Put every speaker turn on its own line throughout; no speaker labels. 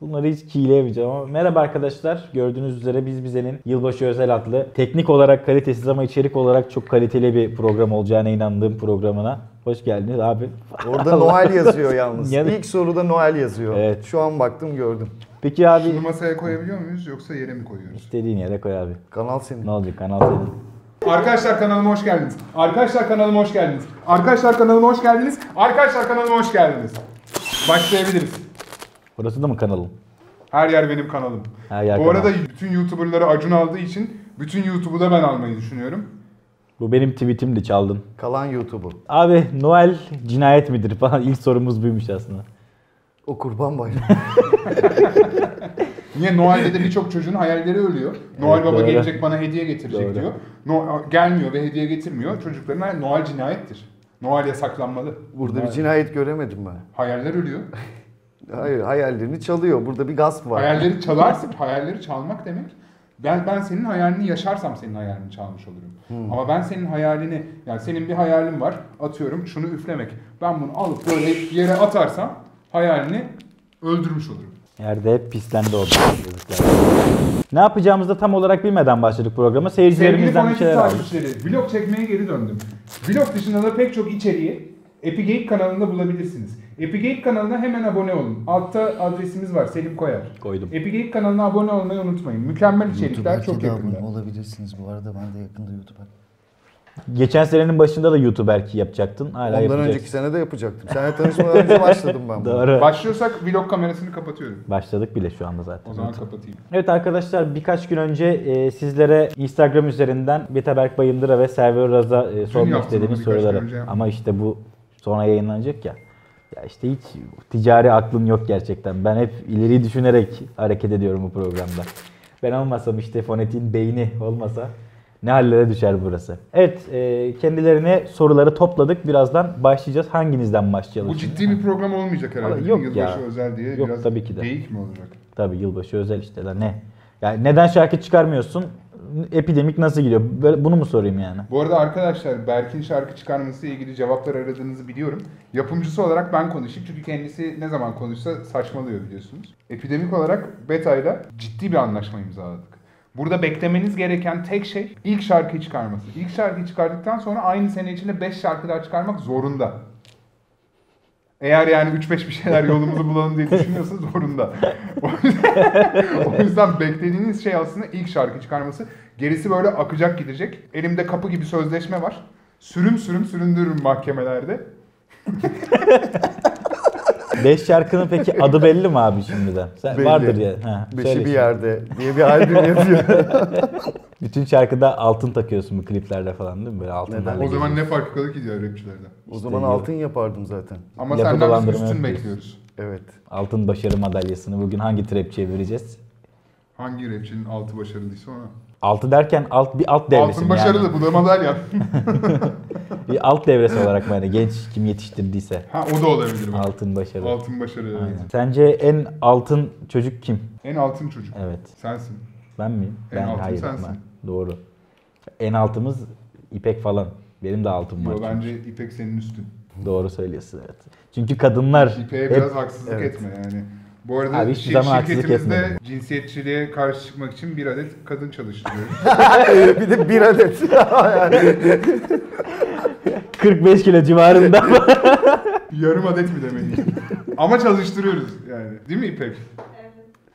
Bunları hiç kiyleyemeyeceğim ama merhaba arkadaşlar. Gördüğünüz üzere Biz Bize'nin yılbaşı özel adlı teknik olarak kalitesiz ama içerik olarak çok kaliteli bir program olacağına inandığım programına. Hoş geldiniz abi.
Orada Noel yazıyor yalnız.
Yani-
İlk soruda Noel yazıyor.
Evet.
Şu an baktım gördüm.
Peki abi
Bunu masaya koyabiliyor muyuz yoksa yere mi koyuyoruz?
istediğin yere koy abi.
Kanal senin.
Ne olacak kanal senin.
Arkadaşlar kanalıma hoş geldiniz. Arkadaşlar kanalıma hoş geldiniz. Arkadaşlar kanalıma hoş geldiniz. Arkadaşlar kanalıma hoş geldiniz. Başlayabiliriz.
Burası da mı kanalım?
Her yer benim kanalım.
Her yer
Bu
kanal.
arada bütün YouTuber'ları Acun aldığı için bütün YouTube'u da ben almayı düşünüyorum.
Bu benim tweetimdi çaldın.
Kalan YouTube'u.
Abi Noel cinayet midir falan ilk sorumuz buymuş aslında.
O kurban bayramı.
Niye Noel'de de birçok çocuğun hayalleri ölüyor. Noel
Evet,
Baba
doğru.
gelecek bana hediye getirecek
Doğru.
diyor. No- gelmiyor ve hediye getirmiyor. Çocukların hayal- Noel cinayettir. Noel yasaklanmalı.
Burada bir cinayet göremedim ben.
Hayaller ölüyor.
Hayır hayallerini çalıyor. Burada bir gasp var.
Hayalleri çalarsın. Hayalleri çalmak demek. Ben ben senin hayalini yaşarsam senin hayalini çalmış olurum. Ama ben senin hayalini yani senin bir hayalin var. Atıyorum şunu üflemek. Ben bunu alıp böyle yere atarsam hayalini öldürmüş olurum.
Yerde hep pislendi oldu. Yazıklar. Ne yapacağımızı da tam olarak bilmeden başladık programa.
Sevgili
Seyircilerimizden bir
fanatik
şeyler aldık.
takipçileri, vlog çekmeye geri döndüm. Vlog dışında da pek çok içeriği Epigate kanalında bulabilirsiniz. Epigate kanalına hemen abone olun. Altta adresimiz var Selim Koyar.
Koydum.
Epigate kanalına abone olmayı unutmayın. Mükemmel içerikler
YouTube'a
çok
çok
yakında.
abone olabilirsiniz bu arada. Ben de yakında YouTube'a.
Geçen senenin başında da YouTube belki yapacaktın. Hala
Ondan
yapacaksın.
önceki sene de yapacaktım. Seninle tanışmadan önce başladım ben. buna.
Doğru.
Başlıyorsak vlog kamerasını kapatıyorum.
Başladık bile şu anda zaten.
O zaman kapatayım.
Evet arkadaşlar birkaç gün önce e, sizlere Instagram üzerinden Betaberk Bayındıra ve Server Raz'a e, sormak
yaptım
istediğimiz
bunu birkaç gün
soruları.
önce yaptım.
Ama işte bu sonra yayınlanacak ya. Ya işte hiç ticari aklım yok gerçekten. Ben hep ileri düşünerek hareket ediyorum bu programda. Ben olmasam işte fonetiğin beyni olmasa ne hallere düşer burası. Evet e, kendilerine soruları topladık. Birazdan başlayacağız. Hanginizden başlayalım?
Bu
şimdi?
ciddi bir program olmayacak herhalde.
Vallahi yok
Yılbaşı
ya.
özel diye
Yok
biraz
tabii ki de.
geyik mi olacak?
Tabii yılbaşı özel işte lan ne? Yani neden şarkı çıkarmıyorsun? Epidemik nasıl gidiyor? Böyle bunu mu sorayım yani?
Bu arada arkadaşlar Berk'in şarkı çıkarması ile ilgili cevaplar aradığınızı biliyorum. Yapımcısı olarak ben konuşayım çünkü kendisi ne zaman konuşsa saçmalıyor biliyorsunuz. Epidemik olarak Beta'yla ciddi bir anlaşma imzaladık. Burada beklemeniz gereken tek şey ilk şarkıyı çıkarması. İlk şarkıyı çıkardıktan sonra aynı sene içinde 5 şarkı daha çıkarmak zorunda. Eğer yani 3-5 bir şeyler yolumuzu bulalım diye düşünüyorsa zorunda. O yüzden- o yüzden beklediğiniz şey aslında ilk şarkı çıkarması. Gerisi böyle akacak gidecek. Elimde kapı gibi sözleşme var. Sürüm sürüm süründürürüm mahkemelerde.
5 şarkının peki adı belli mi abi şimdiden? Sen,
Belli.
Vardır ya. Ha, söyle
Beşi bir
şimdi.
yerde diye bir albüm yapıyor.
Bütün şarkıda altın takıyorsun bu kliplerde falan değil mi? Böyle altınlarla
Neden?
O
geziyorsun.
zaman ne fark kalır ki diğer rapçilerden?
o zaman
diyor.
altın yapardım zaten.
Ama
Yapı
senden biz
dolandırma
üstün
yapıyoruz.
bekliyoruz.
Evet.
Altın başarı madalyasını bugün hangi trapçiye vereceğiz?
Hangi rapçinin altı başarılıysa ona.
Altı derken alt bir alt devresi
Altın
mi
başarılı
yani?
bu da madalya.
Bir alt devresi olarak mı yani genç kim yetiştirdiyse
ha o da olabilir bak.
altın başarı.
Altın başarılı. evet.
Aynen. Sence en altın çocuk kim?
En altın çocuk.
Evet.
Sensin.
Ben miyim?
En
ben
altın
hayır
sensin.
ben. Doğru. En altımız İpek falan. Benim de altım var.
Yo,
çünkü.
bence İpek senin üstün.
Doğru söylüyorsun evet. Çünkü kadınlar
İpe'ye
hep
biraz haksızlık
Evet.
etme yani. Bu arada
Abi hiçbir
şir-
zaman haksızlık
şirketimizde
etmedim.
cinsiyetçiliğe karşı çıkmak için bir adet kadın çalıştırıyoruz.
bir de bir adet.
45 kilo civarında.
Yarım adet mi demeliyim? Ama çalıştırıyoruz yani. Değil mi İpek?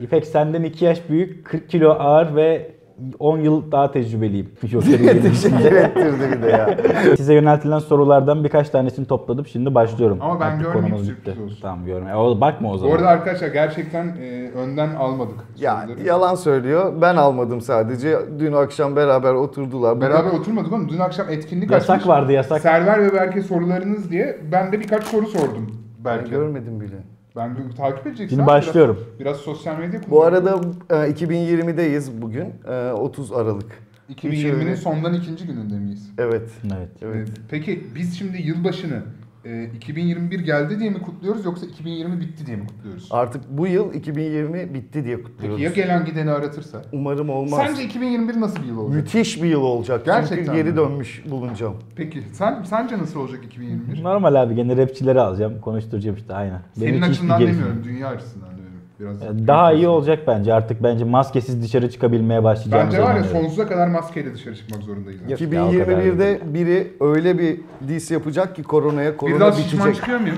İpek senden 2 yaş büyük, 40 kilo ağır ve 10 yıl daha tecrübeliyim. Yok, senin gibi.
Teşekkür ettirdi bir de ya.
Size yöneltilen sorulardan birkaç tanesini topladım. Şimdi başlıyorum.
Ama ben
Artık
görmeyeyim,
konumuz
sürpriz
bitti.
olsun.
Tamam görme. E, o- bakma o
Bu
zaman.
arada arkadaşlar gerçekten e, önden almadık.
Ya
soruları.
yalan söylüyor. Ben almadım sadece. Dün akşam beraber oturdular.
Beraber oturmadık oğlum. Dün akşam etkinlik
Yasak
açmış.
vardı, yasak.
Server ve Berke sorularınız diye ben de birkaç soru sordum
Ben
Berke.
görmedim bile.
Ben de takip edeceksin.
Şimdi
abi,
başlıyorum.
Biraz, biraz sosyal medya kullan.
Bu arada e, 2020'deyiz bugün. E, 30 Aralık.
2020'nin sondan ikinci gününde miyiz?
Evet.
Evet.
Evet.
Peki biz şimdi yılbaşını e, 2021 geldi diye mi kutluyoruz yoksa 2020 bitti diye mi kutluyoruz?
Artık bu yıl 2020 bitti diye kutluyoruz.
Peki ya gelen gideni aratırsa?
Umarım olmaz.
Sence 2021 nasıl bir yıl olacak?
Müthiş bir yıl olacak.
Gerçekten
Çünkü geri
mi?
dönmüş bulunacağım.
Peki sen sence nasıl olacak 2021?
Normal abi gene rapçileri alacağım. Konuşturacağım işte aynen.
Senin
Benimki hiçbir
açından
gerisi-
demiyorum, dünya açısından diyorum. Biraz
Ee, Daha iyi olacak bence. Artık bence maskesiz dışarı çıkabilmeye başlayacağımıza
Bence var ya
inanıyorum.
sonsuza kadar maskeyle dışarı çıkmak zorundayız.
Yok ya, o kadar değil.
2021'de biri öyle bir dis yapacak ki koronaya
Bir
korona
daha şişman
bitecek.
çıkıyor muyum?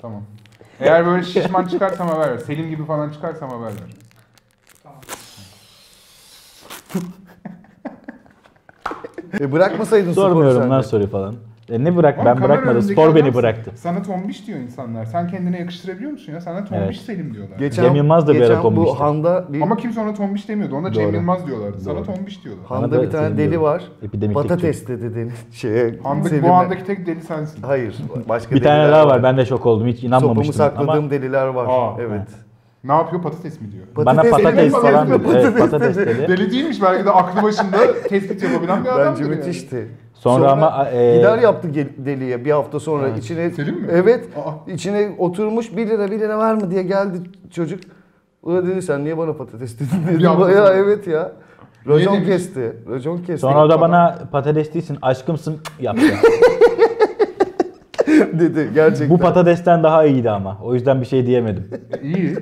Tamam. Eğer böyle şişman çıkarsam haber ver. Selim gibi falan çıkarsam haber ver.
E bırakmasaydın sporu sen
Sormuyorum
de.
lan soruyu falan. E ne bırak
Ama
ben
kamera
bırakmadım.
önündeki
Spor beni
adamsın.
bıraktı.
Sana tombiş diyor insanlar. Sen kendine yakıştırabiliyor musun ya? Sana tombiş
Evet.
Selim diyorlar.
Geçen,
Cem Yılmaz da bir ara
geçen
konmuştu.
bu Handa bir,
Ama kimse ona tombiş demiyordu. Ona Cem
Doğru.
Yılmaz diyorlardı. Sana
Doğru.
tombiş diyorlar.
Ha-
Handa bir
Senin
tane deli
diyorum.
var.
Epidemik
Patates dedi deli. Şeye,
Handık
Selim'e.
bu andaki tek deli sensin.
Hayır. Başka
Bir tane
deliler
daha var. Ben de şok oldum. Hiç
Sopumu
inanmamıştım.
sakladığım
Ama
deliler var.
Aa,
evet.
Ne yapıyor? Patates mi diyor?
bana patates
patates
falan
dedi,
dedi. Evet, patates dedi.
Deli değilmiş belki de aklı başında tespit yapabilen bir adamdır.
Bence
yani.
müthişti.
Sonra ama, e,
gider yaptı gel- deliye bir hafta sonra içine
Selim mi?
evet
Aa.
içine oturmuş 1 lira 1 lira var mı diye geldi çocuk. Ula dedi sen niye bana patates dedin dedi.
Bir hafta
Bayağı
sonra.
evet ya.
Niye
Racon
demiş?
kesti. Racon kesti.
Sonra o da bana patates değilsin aşkımsın yaptı.
dedi gerçekten.
Bu patatesten daha iyiydi ama. O yüzden bir şey diyemedim.
İyi.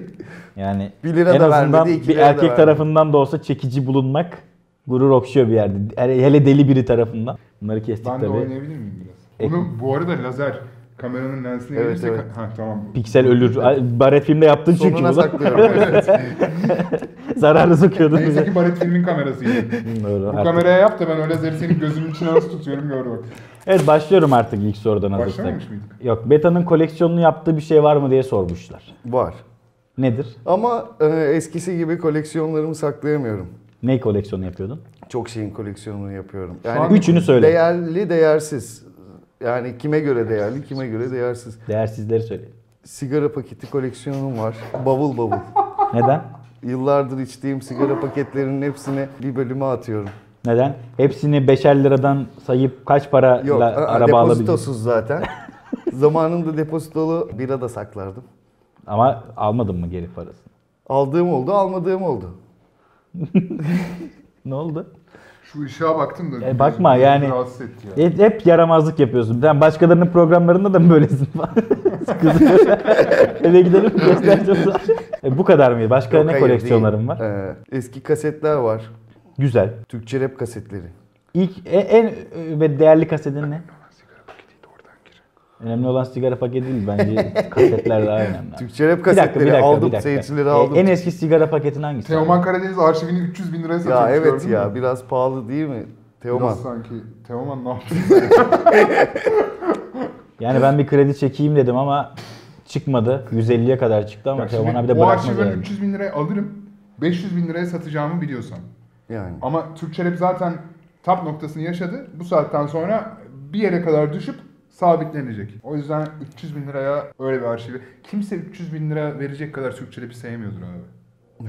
Yani
Bir lira
en
da
azından
vermedi, iki
bir
lira da
erkek
vermedi.
tarafından da olsa çekici bulunmak gurur okşuyor bir yerde. Hele hele deli biri tarafından. Bunları kestik
Ben de
tabii.
oynayabilir miyim biraz?
Ek-
Bunu bu arada lazer kameranın lensine
Evet,
gelirse...
evet.
Ha tamam.
Piksel ölür. Ay, Baret filmde yaptın çünkü
Sonuna
bunu.
saklıyorum.
Zararı sokuyordun
Neyse
bize.
ki Barrett filmin kamerasıydı.
Doğru,
bu
artık.
kameraya yap da ben o lazeri senin gözümün içine nasıl tutuyorum gör bak.
Evet başlıyorum artık ilk sorudan hazırsak.
Başlamamış mıydık?
Yok Beta'nın koleksiyonunu yaptığı bir şey var mı diye sormuşlar.
var.
Nedir?
Ama e, eskisi gibi koleksiyonlarımı saklayamıyorum.
Ney koleksiyonu yapıyordun?
Çok şeyin koleksiyonunu yapıyorum.
an- Üçünü söyle.
Değerli, değersiz. Yani kime göre değerli, kime göre değersiz.
Değersizleri söyle.
Sigara paketi koleksiyonum var. Bavul bavul.
Neden?
Yıllardır içtiğim sigara paketlerinin hepsini bir bölüme atıyorum.
Neden? Hepsini beşer liradan sayıp kaç parayla
Yok, aa,
araba alabilirsin?
depozitosuz zaten. Zamanında depozitolu bira da saklardım.
Ama almadın mı geri parasını?
Aldığım oldu, almadığım oldu.
Ne oldu?
Şu ışığa baktım da.
E, bakma
gözüm
yani. E-
Rahatsız etti ya.
Hep, hep yaramazlık yapıyorsun. Sen başkalarının programlarında da mı böylesin falan? Kızıyor. Eve gidelim göstereceğim sana. E, bu kadar mıydı? Başka
Yok,
ne
hayır,
koleksiyonların
değil.
var?
Ee, eski kasetler var.
Güzel.
Türkçe rap kasetleri.
İlk e- en e, ve değerli kasetin ne? Önemli olan sigara paketi değil bence kasetler daha önemli.
Türkçe rap kasetleri aldım, seyircileri
E,
aldım.
en eski sigara paketin hangisi?
Teoman Karadeniz arşivini 300 bin liraya
Ya
satıyormuş
evet
gördün
ya,
mü?
biraz pahalı değil mi? Teoman.
Biraz sanki Teoman ne yaptı?
Yani ben bir kredi çekeyim dedim ama çıkmadı. 150'ye kadar çıktı ama
Bak şimdi
Teoman abi de
o
bırakmadı.
arşivi ben
yani.
300 bin liraya alırım. 500 bin liraya satacağımı biliyorsam.
Yani.
Ama Türkçe Rap zaten tap noktasını yaşadı. Bu saatten sonra bir yere kadar düşüp sabitlenecek. O yüzden 300 bin liraya öyle bir arşivi. Kimse 300 bin lira verecek kadar Türkçe Rap'i sevmiyordur abi.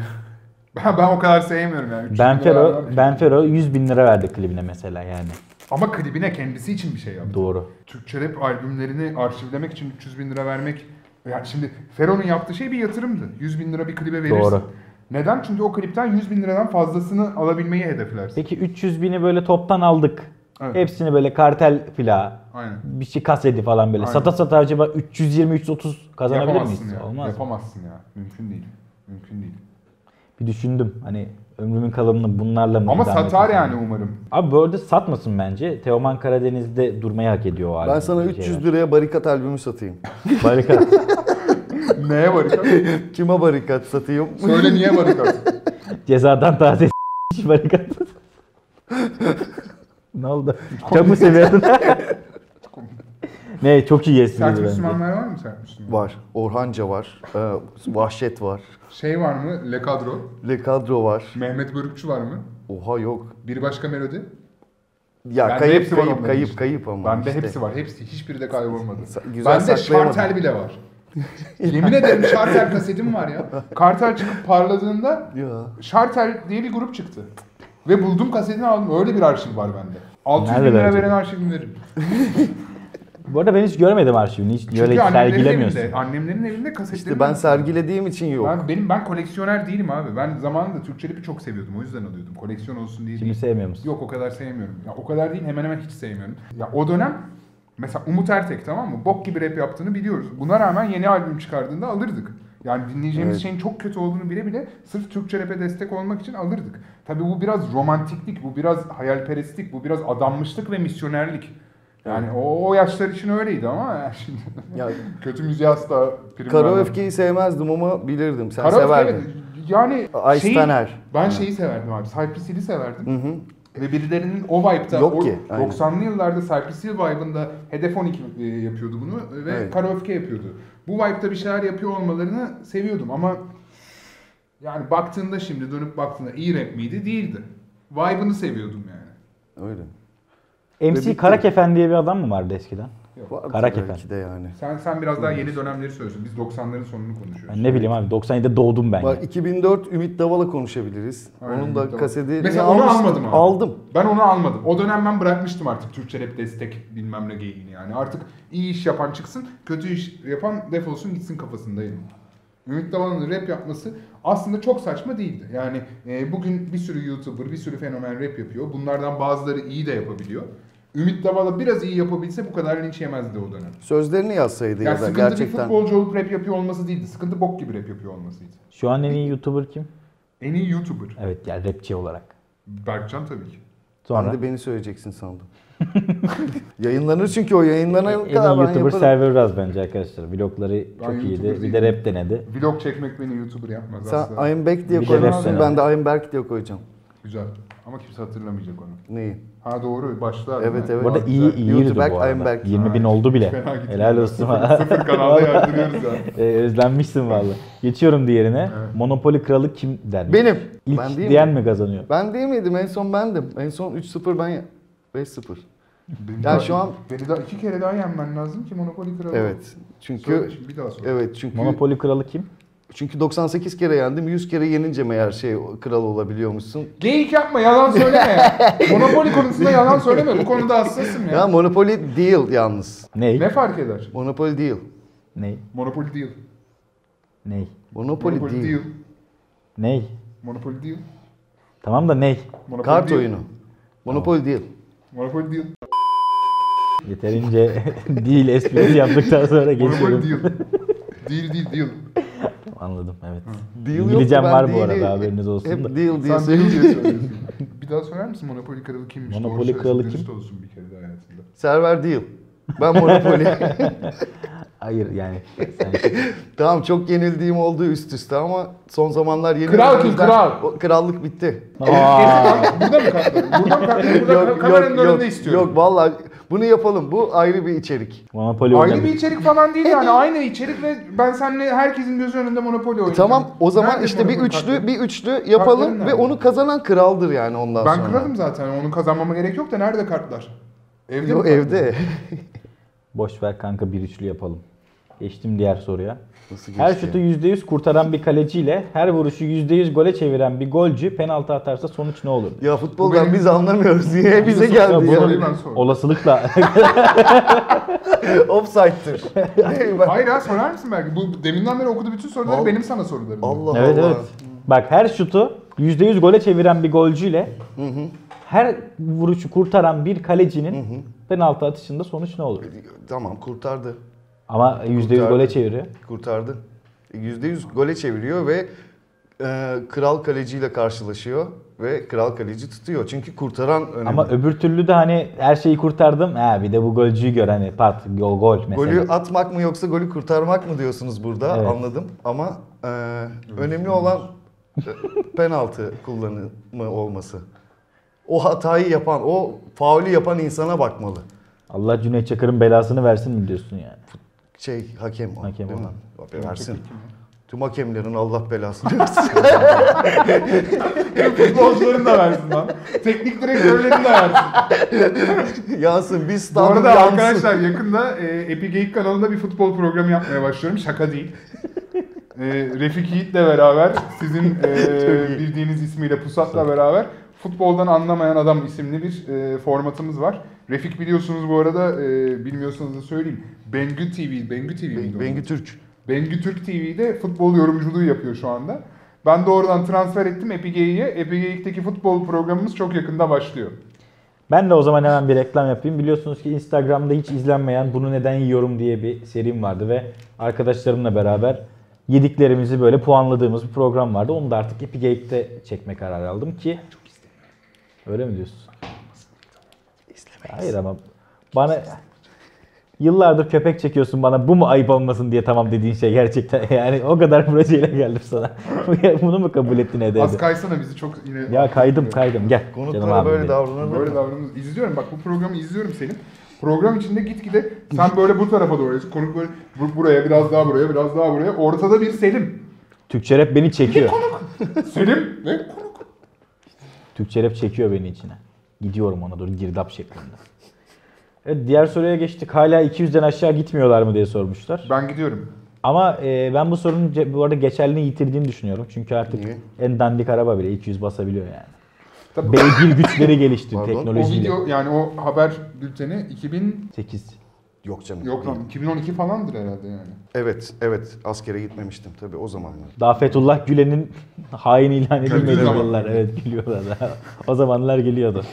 ben, ben o kadar sevmiyorum yani. 300 bin lira
Benfero,
vermem.
Benfero 100 bin lira verdi klibine mesela yani.
Ama klibine kendisi için bir şey yaptı.
Doğru.
Türkçe Rap albümlerini arşivlemek için 300 bin lira vermek... Yani şimdi Fero'nun yaptığı şey bir yatırımdı. 100 bin lira bir klibe verirsin.
Doğru.
Neden? Çünkü o klipten 100 bin liradan fazlasını alabilmeyi hedeflersin.
Peki 300 bini böyle toptan aldık.
Evet.
Hepsini böyle kartel filan
Aynen.
bir şey kasedi falan böyle.
Aynen.
Sata sata acaba 320-330 kazanabilir
Yapamazsın
miyiz?
Ya.
Olmaz. mı?
Yapamazsın ya. Mümkün değil. Mümkün değil.
Bir düşündüm hani ömrümün kalanını bunlarla mı
Ama
idame
satar
edeceğim?
yani umarım.
Abi bu arada satmasın bence. Teoman Karadeniz'de durmayı hak ediyor o şey
Ben sana 300 liraya barikat albümü satayım.
Harika.
Neye barikat?
Kime barikat satayım?
Söyle niye barikat?
Cezadan taze s- barikat. ne oldu? Camı seviyordun. ne çok iyi yesin.
Sert
bence.
Müslümanlar var mı sert Müslüman?
var. Orhanca var. Ee, Vahşet var.
Şey var mı? Le Kadro.
Le Kadro var.
Mehmet Börükçü var mı?
Oha yok.
Bir başka melodi.
Ya
Bende
kayıp
hepsi var
kayıp
onların
kayıp
işte.
kayıp ama
Bende
işte.
hepsi var. Hepsi. Hiçbiri de kaybolmadı.
Sa- güzel
Bende
saklayamadım.
şartel bile var. Yemin ederim şartel kasetim var ya. Kartel çıkıp parladığında
Ya.
Şartel diye bir grup çıktı. Ve buldum kasetini aldım. Öyle bir arşiv var bende. 600 bin
Nerede
lira
acaba?
veren arşivimi veririm.
Bu arada ben hiç görmedim arşivini. Hiç
Çünkü
böyle
annemlerin
sergilemiyorsun.
Evinde, annemlerin evinde kasetleri
İşte
var.
ben sergilediğim için yok.
Ben, benim, ben koleksiyoner değilim abi. Ben zamanında Türkçe rapi çok seviyordum. O yüzden alıyordum. Koleksiyon olsun diye
Şimdi
değil.
sevmiyor musun?
Yok o kadar sevmiyorum. Ya, o kadar değil hemen hemen hiç sevmiyorum. Ya o dönem mesela Umut Ertek tamam mı? Bok gibi rap yaptığını biliyoruz. Buna rağmen yeni albüm çıkardığında alırdık. Yani dinleyeceğimiz
Evet.
şeyin çok kötü olduğunu bile bile sırf Türkçe rap'e destek olmak için alırdık. Tabii bu biraz romantiklik, bu biraz hayalperestlik, bu biraz adanmışlık ve misyonerlik. Yani o, o yaşlar için öyleydi ama yani şimdi
Ya,
kötü müziği asla prim
kara
vermem.
öfkeyi sevmezdim ama bilirdim. Sen
Kara öfke,
severdin.
evet. Yani
Ice
şeyi-
Tanner.
ben şeyi severdim abi. Cypress Hill'i severdim.
Hı hı.
Ve birilerinin o vibe'da,
Yok
o
ki, aynen.
90'lı yıllarda Cypress Hill vibe'ında Hedef 12 e, yapıyordu bunu ve
Evet.
Kara Öfke yapıyordu. Bu vibe'da bir şeyler yapıyor olmalarını seviyordum ama yani baktığında şimdi dönüp baktığında iyi rap miydi? Değildi. Vibe'ını seviyordum yani.
Öyle.
MC
bitti.
Karakefen diye bir adam mı vardı eskiden?
Vardı
Karakefen.
belki de yani.
Sen sen biraz daha yeni dönemleri söylüyorsun. Biz 90'ların sonunu konuşuyoruz.
Ben ne bileyim abi 97'de doğdum ben.
Bak
yani.
2004 Ümit Davala konuşabiliriz.
Aynen,
Onun da
Ümit Davala.
kaseti
Mesela onu
almıştım.
almadım abi.
Aldım.
Ben onu almadım. O dönem ben bırakmıştım artık Türkçe rap destek bilmem ne geyiğini yani. Artık iyi iş yapan çıksın, kötü iş yapan defolsun gitsin kafasındayım. Ümit Davala'nın rap yapması aslında çok saçma değildi. Yani e, bugün bir sürü YouTuber, bir sürü fenomen rap yapıyor. Bunlardan bazıları iyi de yapabiliyor. Ümit Davala biraz iyi yapabilse bu kadar linç yemezdi o dönem.
Sözlerini yazsaydı
Yani
ya da
sıkıntı bir
gerçekten.
futbolcu olup rap yapıyor olması değildi. Sıkıntı bok gibi rap yapıyor olmasıydı.
Şu an en iyi YouTuber kim?
En iyi YouTuber.
Evet yani rapçi olarak.
Berkcan tabii ki.
Sonra
Ben de beni söyleyeceksin sandım. Yayınlanır çünkü o yayınlanan
en iyi
kadar ben
YouTuber
yaparım.
Server Uraz bence arkadaşlar. Vlogları
Ben
çok
YouTuber
iyiydi. Bir de
değilim.
rap denedi.
Vlog çekmek beni YouTuber yapmaz asla.
Sen I'm Back diye
Bir de
koyamazsın.
rap
Ben de I'm Berk diye koyacağım.
Güzel. Ama kimse hatırlamayacak onu.
neyi?
Ha doğru başla.
Evet, evet.
Bu arada
Aa,
iyi
güzel.
iyiydi bu
YouTuber, I'm
arada.
back.
20 bin
Ha,
oldu bile.
fena gitmiyor.
Helal olsun.
Sıfır kanalda yardırıyoruz ya.
Ee, özlenmişsin valla. Geçiyorum diğerine.
Evet.
Monopoly kralı kim der?
Benim.
İlk
ben değil
diyen
miydim?
mi kazanıyor?
Ben değil miydim? En son bendim. En son 3-0 ben ya- 5-0.
Benim
Yani
daha-
şu an-
Beni daha iki kere daha yenmen lazım ki Monopoly kralı.
Evet.
Çünkü...
Çünkü
bir daha sor.
evet çünkü
Monopoly kralı kim?
çünkü 98 kere yendim. 100 kere yenince meğer şey kral olabiliyormuşsun.
Geyik yapma yalan söyleme ya. Monopoly konusunda yalan söyleme. Bu konuda hassasım ya.
Ya Monopoly değil yalnız.
Ney?
Ne fark eder?
Monopoly değil.
Ney?
Monopoly değil.
Ney?
Monopoly,
Monopoly
değil.
değil.
Ney?
Monopoly değil.
Tamam da ney?
Monopoly
Kart
değil.
oyunu. Monopoly değil.
Monopoly değil.
Yeterince değil esprisi yaptıktan sonra
Monopoly
geçiyorum.
değil. Değil değil değil.
Anladım evet.
Deal yoktu,
İngilizcem
ben
var bu
deal'i-
arada haberiniz olsun
Hep
da.
deal diye
Sen değil
söylüyorum.
diye söylüyorsun. Bir daha söyler misin Monopoly kralı kimmiş? Doğru
Monopoly
söylesin,
kralı
dürüst
kim?
olsun bir kere de hayatında.
Server değil. Ben Monopoly.
Hayır yani sen
tamam çok yenildiğim oldu üst üste ama son zamanlar yenildim.
Kral
O
kim,
yüzden
kral?
o krallık bitti.
Aa. Burada mı kalktın? Burada mı kalktın? Burada
Yok,
kameranın
yok,
önünde
yok,
istiyorum.
Yok vallahi bunu yapalım. Bu ayrı bir içerik.
Monopoly
Aynı
oynadı.
bir içerik falan değil yani. Aynı içerik ve ben seninle herkesin gözü önünde Monopoly oynuyorum.
Tamam o zaman
Nerede
işte bir
Monopoly
üçlü
kartları?
bir üçlü yapalım
Kartların
ve
nerede?
onu kazanan kraldır yani ondan
Ben
sonra.
kralım zaten. Onu kazanmama gerek yok da nerede kartlar? Evde mi
Yok
kartlar?
evde.
Boş ver kanka bir üçlü yapalım. Geçtim diğer soruya.
Nasıl
Her şey
geçti
şutu
ya?
%100 kurtaran bir kaleciyle her vuruşu %100 gole çeviren bir golcü penaltı atarsa sonuç ne olur?
Ya
Bu benim-
futboldan biz anlamıyoruz. Niye bize
Ya
geldi
bunu
soruyu
ya?
ben sordum.
olasılıkla
Offside'dir.
Hayır ya sorar mısın belki? Bu deminden beri okuduğu bütün soruları
Al-
benim sana sorularım.
Allah
evet
Allah.
evet. Bak her şutu %100 gole çeviren bir golcüyle her vuruşu kurtaran bir kalecinin penaltı atışında sonuç ne olur?
Tamam kurtardı.
Ama %100
Kurtardı.
gole çeviriyor.
Kurtardı. %100 gole çeviriyor ve e, kral kaleciyle karşılaşıyor ve kral kaleci tutuyor. Çünkü kurtaran önemli.
Ama öbür türlü de hani her şeyi kurtardım. Ha bir de bu golcüyü gör hani pat gol gol mesela.
Golü atmak mı yoksa golü kurtarmak mı diyorsunuz burada
Evet.
anladım. Ama e, önemli olan e, penaltı kullanımı olması. O hatayı yapan, o faulü yapan insana bakmalı.
Allah Cüneyt Çakır'ın belasını versin mi diyorsun yani?
Şey hakem o.
Hakem
değil mi? Versin.
Hakem
Tüm hakemlerin Allah belasını versin.
Futbolcuların da versin lan. Teknik direktörlerin de versin.
yansın bir
Bu
standart
arada
yansın.
arkadaşlar yakında e, Epic Geek kanalında bir futbol programı yapmaya başlıyorum. Şaka değil. E, Refik Yiğit'le beraber sizin e, bildiğiniz ismiyle Pusat'la beraber Futboldan Anlamayan Adam isimli bir e, formatımız var. Refik biliyorsunuz bu arada e, bilmiyorsanız da söyleyeyim. Bengü TV, Bengü TV miydi onun?
Bengü Türk.
Bengü Türk TV'de futbol yorumculuğu yapıyor şu anda. Ben de oradan transfer ettim Epigey'e. Epigey'deki futbol programımız çok yakında başlıyor.
Ben de o zaman hemen bir reklam yapayım. Biliyorsunuz ki Instagram'da hiç izlenmeyen Bunu Neden Yiyorum diye bir serim vardı ve arkadaşlarımla beraber yediklerimizi böyle puanladığımız bir program vardı. Onu da artık Epic Game'de çekme kararı aldım ki. Öyle mi diyorsun? Hayır ama bana yıllardır köpek çekiyorsun bana bu mu ayıp olmasın diye tamam dediğin şey gerçekten yani o kadar projeyle geldim sana. Bunu mu kabul ettin edebiyat?
Az kaysana bizi çok yine...
Ya kaydım kaydım gel. Canım
Konuklara
abim
böyle
benim.
davranılır
Böyle
mı?
davranıyoruz. İzliyorum bak bu programı izliyorum Selim. Program içinde gitgide sen böyle bu tarafa doğru yazıyorsun. Konuk böyle bu- buraya biraz daha buraya biraz daha buraya. Ortada bir Selim.
Türkçe rap beni çekiyor.
Selim ve konuk.
Türkçe rap çekiyor beni içine. Gidiyorum ona doğru girdap şeklinde. Evet, diğer soruya geçtik. Hala 200'den aşağı gitmiyorlar mı diye sormuşlar.
Ben gidiyorum.
Ama e, ben bu sorunun ce- bu arada geçerliliğini yitirdiğini düşünüyorum. Çünkü artık
Niye?
en dandik araba bile 200 basabiliyor yani.
Tabii.
Beygir güçleri gelişti
Pardon. O
O
teknolojiyle.
video yani o haber bülteni 2000
8.
Yok canım.
yok lan 2012 falandır herhalde yani.
Evet, evet. Askere gitmemiştim tabii o zamanlar.
Daha Fethullah Gülen'in hain ilan edilmediği
zaman.
yıllar. Evet gülüyorlar. o zamanlar geliyordu.